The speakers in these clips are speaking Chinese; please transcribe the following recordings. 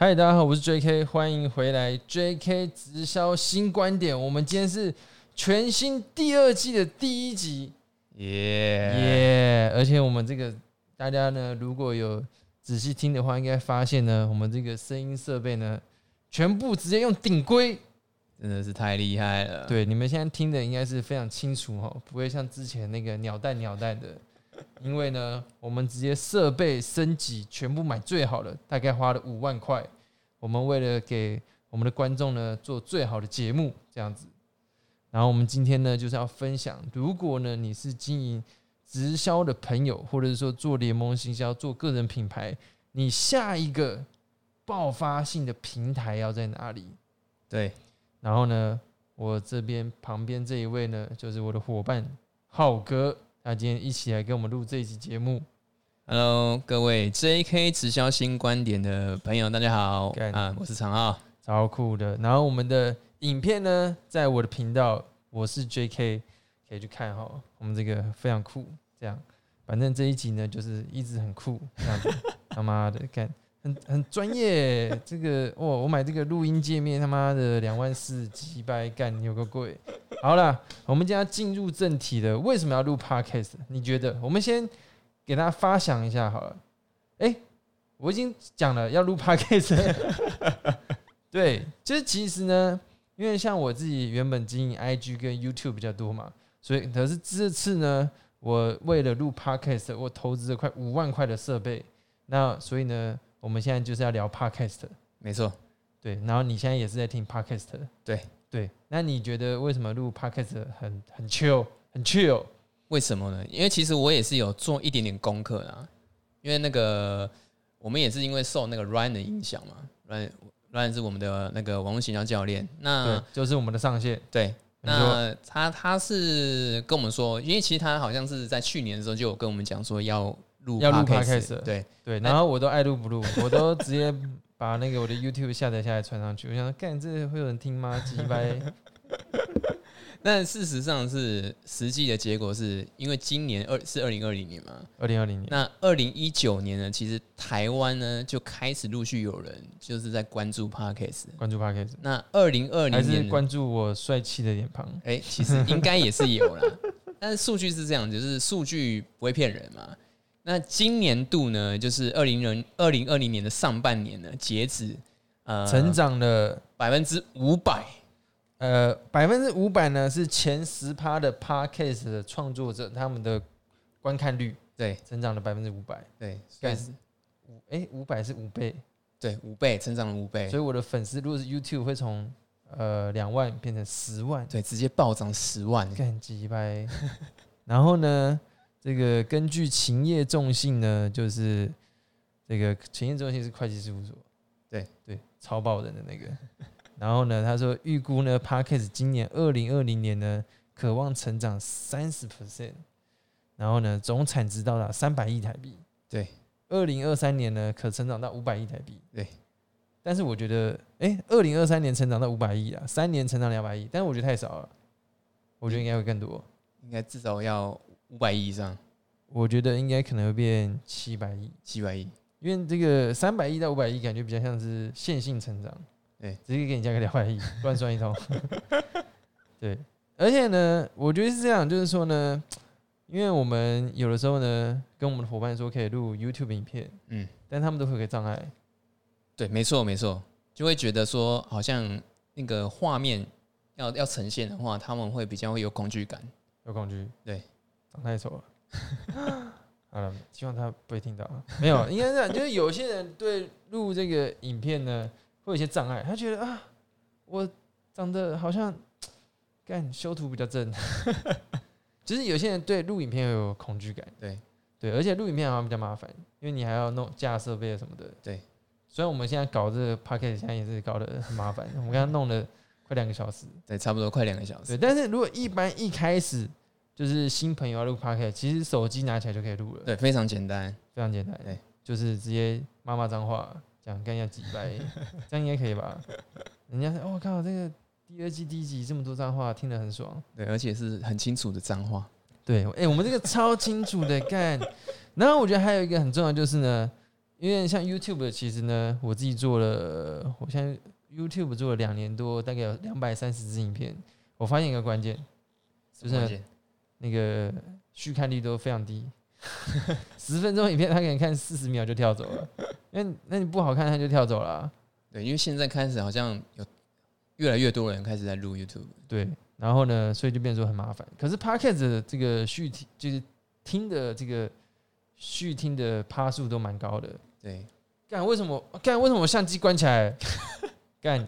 嗨，大家好，我是 J.K.，欢迎回来 J.K. 直销新观点。我们今天是全新第二季的第一集，耶耶、而且我们这个大家呢，如果有仔细听的话，应该发现呢，我们这个声音设备呢，全部直接用顶规。真的是太厉害了。，对，你们现在听的应该是非常清楚哦，不会像之前那个鸟蛋鸟蛋的。因为呢，我们直接设备升级，全部买最好的，大概花了五万块。我们为了给我们的观众呢做最好的节目，这样子。然后我们今天呢，就是要分享，如果呢你是经营直销的朋友，或者是说做联盟行销、做个人品牌，你下一个爆发性的平台要在哪里？对，然后呢，我这边旁边这一位呢，就是我的伙伴浩哥，他今天一起来跟我们录这一期节目。 Hello，各位 JK 直销新观点的朋友，大家好干啊！我是常浩，超酷的。然后我们的影片呢，在我的频道，我是 J.K. 可以去看哈，我们这个非常酷。这样，反正这一集呢，就是一直很酷，这样子他妈的干。很很专业，这个哇，我买这个录音界面，他妈的两万四几百干，有个贵。好啦，我们今天要进入正题了。为什么要录 podcast？你觉得？我们先给大家发想一下好了。哎、我已经讲了要录 podcast，了对，就是其实呢，因为像我自己原本经营 IG 跟 YouTube 比较多嘛，所以可是这次呢，我为了录 Podcast，我投资了快五万块的设备，那所以呢，我们现在就是要聊 Podcast。没错，对，然后你现在也是在听 Podcast 的。对对，那你觉得为什么录 Podcast 很很 chill 很 chill？为什么呢？因为其实我也是有做一点点功课啦，因为那个我们也是因为受那个 Ryan 的影响嘛，Ryan Ryan 是我们的那个网络形象教练，那对，就是我们的上限。对。你说嗯那他他是跟我们说，因为其实他好像是在去年的时候就有跟我们讲说要录要录 podcast， podcast 对，对，然后我都爱录不录，我都直接把那个我的 YouTube 下载下来传上去。我想说，干这会有人听吗？鸡掰！但事实上是实际的结果是，因为今年二是二零二零年嘛，二零二零年。那二零一九年呢，其实台湾呢就开始陆续有人就是在关注 Parkes。关注 Podcast，那二零二还零是年呢，关注我帅气的脸庞？哎、其实应该也是有啦。但是数据是这样，就是数据不会骗人嘛。那今年度呢，就是二零零二零二零年的上半年呢，截止呃成长了百分之五百，呃百分之五百呢，是前十趴的 Podcast 的创作者他们的观看率对成长了百分之五百，对，干对是五哎五百是五倍，对五倍，成长了五倍，所以我的粉丝如果是 YouTube 会从呃两万变成十万，对，直接暴涨十万，干鸡掰。 然后呢，这个根据勤业重信呢，就是这个勤业重信是会计事务所，对对，超爆人的那个。然后呢，他说预估呢 p a r k e s 今年二零二零年呢，渴望成长三十 percent，然后呢，总产值到达三百亿台币。对，二零二三年呢，可成长到五百亿台币。对。但是我觉得，哎，二零二三年成长到五百亿啊，三年成长两百亿，但是我觉得太少了，我觉得应该会更多，应该至少要五百亿以上，我觉得应该可能会变七百亿，七百亿。因为这个三百亿到五百亿感觉比较像是线性成长，对，直接给你加个两百亿，乱算一通， 对，而且呢，我觉得是这样，就是说呢，因为我们有的时候呢，跟我们的伙伴说可以录 YouTube 影片，嗯，但他们都会有个障碍，对，没错没错，就会觉得说好像那个画面要要呈现的话，他们会比较会有恐惧感。有恐惧，对，长太丑了。 好了，希望他不会听到啊。没有，应该是这样，就是有些人对录这个影片呢，会有一些障碍，他觉得啊，我长得好像干修图比较正， 就是有些人对录影片会有恐惧感。对对，而且录影片好像比较麻烦，因为你还要弄架设备什么的。对，虽然我们现在搞这个 p a c k a g e 现在也是搞得很麻烦，我们刚刚弄了快两个小时。对，差不多快两个小对，时。但是如果一般一开始就是新朋友要录 podcast，其实手机拿起来就可以录了，对，非常简单。非常简单对，就是直接骂骂脏话，讲干要几 百，这样应该可以吧？人家说哦、靠，这个第二季第一集这么多脏话，听得很 爽。对，而且是很清楚的脏话。对，哎、我们这个超清楚的干。然后我觉得还有一个很重要就是呢，因为像 YouTube 其实呢，我自己做了，我现在 YouTube 做了两年多，大概有两百三十支影片。我发现一个关键，就是什么关系那个续看率都非常低，十分钟影片他可能看四十秒就跳走了，那那你不好看他就跳走了啊、对，因为现在开始好像有越来越多人开始在录 YouTube，对，然后呢，所以就变成说很麻烦。可是 podcast 的这个续听就是听的这个续听的趴数都蛮高的。对，干为什么？干为什么我相机关起来？ 干，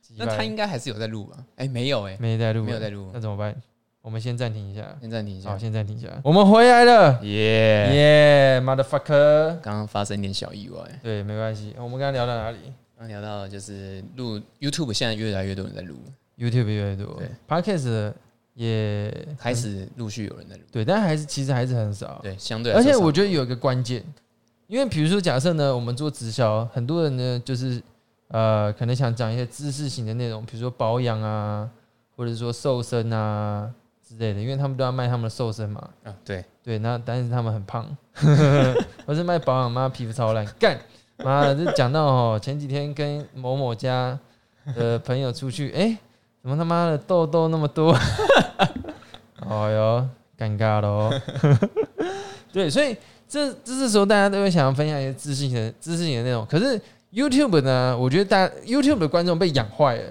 鸡那掰他应该还是有在录吧？哎、没有哎、没在录，没有在录那怎么办？我们先暂停一下，先暂停一好，下。先暂停一下。我们回来了，耶，耶、yeah,，motherfucker！刚刚发生一点小意外，对，没关系。我们刚刚聊到哪里刚刚聊到就是录 YouTube，现在越来越多人在录， ？YouTube 越来越多对，podcast 也开始陆续有人在录，对，但还是其实还是很少。对，相对嗯来而且说我少觉得有一个关键，因为比如说假设呢，我们做直销，很多人呢就是呃，可能想讲一些知识型的内容，比如说保养啊，或者说瘦身啊之类的，因为他们都要卖他们的瘦身嘛。啊，对，对，那但是他们很胖， 我是卖保养，妈皮肤超烂，干妈的这讲到哦，前几天跟某某家的朋友出去，哎、怎么他妈的痘痘那么多？ 哎呦，尴尬喽。 对，所以这这是时候大家都会想要分享一些知识型的知识型的内容，可是 YouTube 呢，我觉得大家 YouTube 的观众被养坏了。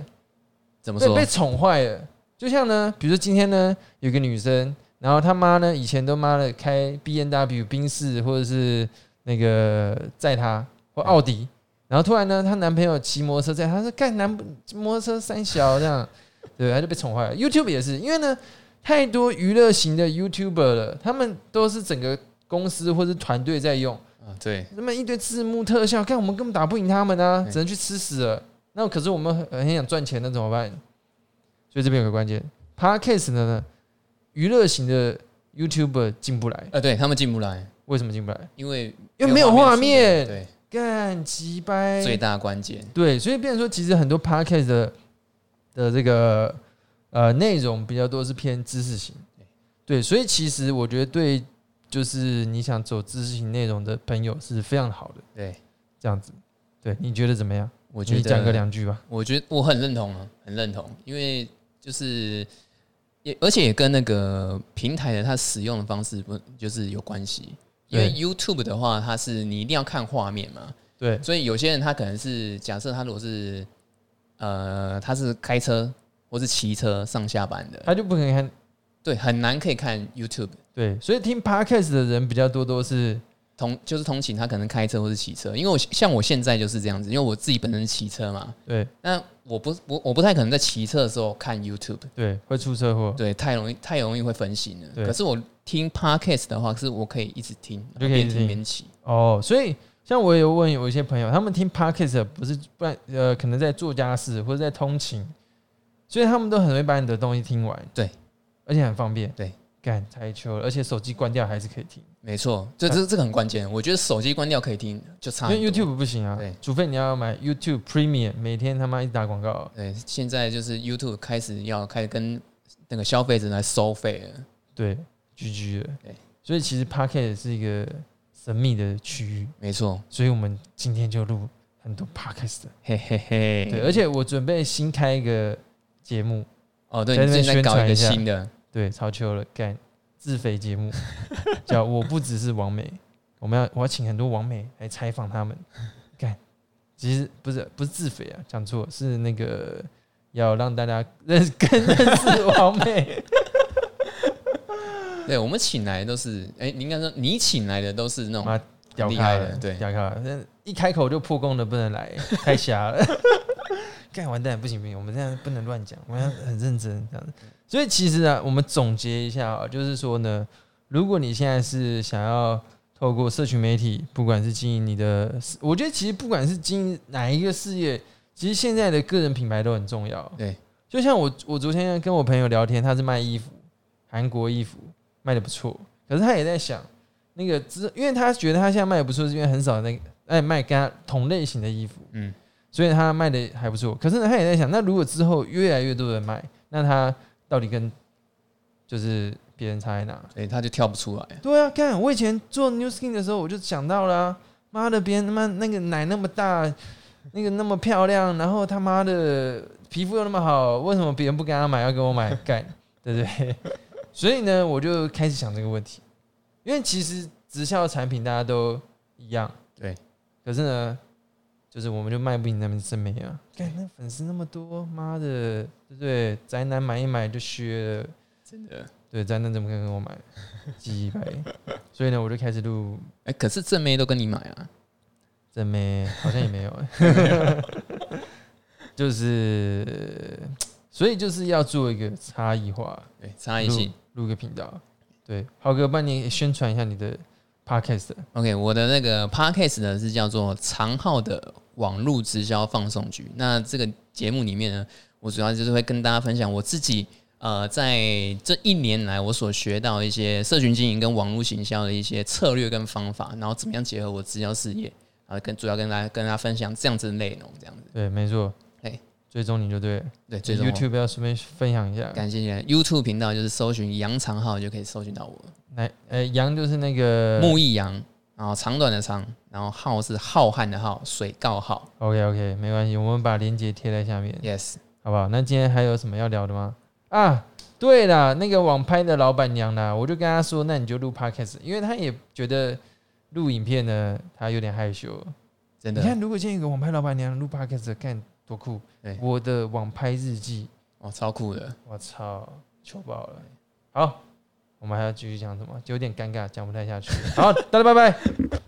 怎么被说被？宠坏了。就像呢，比如说今天呢，有个女生，然后她妈呢，以前都妈的开 B N W 宾士或者是那个载她或奥嗯迪，然后突然呢，她男朋友骑摩托车载她，说干男摩托车三小这样， 对，她就被宠坏了。YouTube 也是，因为呢，太多娱乐型的 YouTuber 了，他们都是整个公司或是团队在用，啊，对，那么一堆字幕特效，看我们根本打不赢他们啊，嗯只能去吃屎了。那可是我们很很想赚钱，那怎么办？所以这边有个关键，Podcast 呢呢，娱乐型的 YouTuber 进不来，呃，对他们进不来，为什么进不来？因为因为没有画面，对，干鸡掰。最大关键，对，所以变成说，其实很多 Podcast 的的这个呃内容比较多是偏知识型，对，所以其实我觉得对，就是你想走知识型内容的朋友是非常好的。对，这样子。对，你觉得怎么样？我觉你得讲个两句吧。我觉得我很认同啊，很认同，因为就是也而且也跟那个平台的它使用的方式不就是有关系。因为对 YouTube 的话，它是你一定要看画面嘛，对所以有些人他可能是假设他如果是呃他是开车或是骑车上下班的，他就不可能看。对，很难可以看 YouTube 对，所以听 podcast 的人比较多，都是通就是通勤，他可能开车或是骑车，因为我像我现在就是这样子，因为我自己本身是骑车嘛，对那我不我我不太可能在骑车的时候看 YouTube。对会出车祸，对，太容易太容易会分心对了。可是我听 podcast 的话，是我可以一直听，就可以一边直听听边骑。哦，所以像我有问有一些朋友，他们听 podcast 不是不然呃，可能在做家事或者在通勤，所以他们都很会把你的东西听完。对，而且很方便。对，干太糗了，而且手机关掉还是可以听，没错，这这这个很关键。我觉得手机关掉可以听，就差因很为多。 YouTube 不行啊对，除非你要买 YouTube Premium，每天他妈一直打广告。对，现在就是 YouTube 开始要开始跟那个消费者来收费了。对，GG 的。对，所以其实 podcast 是一个神秘的区域。没错，所以我们今天就录很多 podcast 的。嘿嘿嘿。对，而且我准备新开一个节目，哦，对，在你那最边近在搞宣传一个一下新的，对，超秋了，干自肥节目，叫我不只是王美，我们要我要请很多王美来采访他们，干，其实不是不是自肥啊，讲错，是那个要让大家认识更认识王美，对我们请来都是，哎，你应该说你请来的都是那种妈屌厉咖害了，了对屌咖了，那一开口就破功的不能 来，太瞎了。 干完蛋，不行不行，我们这样不能乱讲，我们要很认真这样子。所以其实啊，我们总结一下啊，就是说呢，如果你现在是想要透过社群媒体，不管是经营你的，我觉得其实不管是经营哪一个事业，其实现在的个人品牌都很重要。对，就像我我昨天跟我朋友聊天，他是卖衣服，韩国衣服卖的不错，可是他也在想那个之，因为他觉得他现在卖的不错，是因为很少那个哎卖跟他同类型的衣服，嗯，所以他卖的还不错。可是呢，他也在想，那如果之后越来越多人卖，那他到底跟就是别人差在哪？所以他就跳不出来。对啊，看我以前做 New Skin 的时候，我就想到啦、妈的，别人他妈那个奶那么大，那个那么漂亮，然后他妈的皮肤又那么好，为什么别人不跟他买，要给我买？干，对不对？所以呢，我就开始想这个问题，因为其实直销的产品大家都一样，对。可是呢，就是我们就卖不赢他们真没啊！干，那粉丝那么多，妈的，对不对？宅男买一买就削了。真的。对，宅男怎么可能跟我 买？鸡掰！所以呢，我就开始录哎、可是正妹都跟你买啊，真没，好像也没 有，就是，所以就是要做一个差异化，对，差异性。录个频道。对，浩哥，帮你宣传一下你的 podcast。 OK，我的那个 podcast 呢是叫做长浩的网络直销放送局。那这个节目里面呢，我主要就是会跟大家分享我自己呃在这一年来我所学到一些社群经营跟网络行销的一些策略跟方法，然后怎么样结合我直销事业，然后跟主要跟大家跟大家分享这样子的内容，这样子。对，没错。哎追踪你就对了。对，最终我 YouTube 要顺便分享一下。感谢你的 YouTube 频道就是搜寻杨长浩就可以搜寻到我。来，呃，羊就是那个木易杨，然后长短的长，然后浩是浩瀚的浩，水告浩。 OK OK，没关系，我们把链接贴在下面， Yes，好不好？那今天还有什么要聊的吗？啊，对啦，那个网拍的老板娘啦，我就跟她说，那你就录 Podcast，因为她也觉得录影片呢，她有点害羞。真你的看，如果见一个网拍老板娘录 Podcast，看多酷对！我的网拍日记，哦，超酷的。我操，糗爆了！好，我们还要继续讲什么？就有点尴尬，讲不太下去。好，大家拜拜。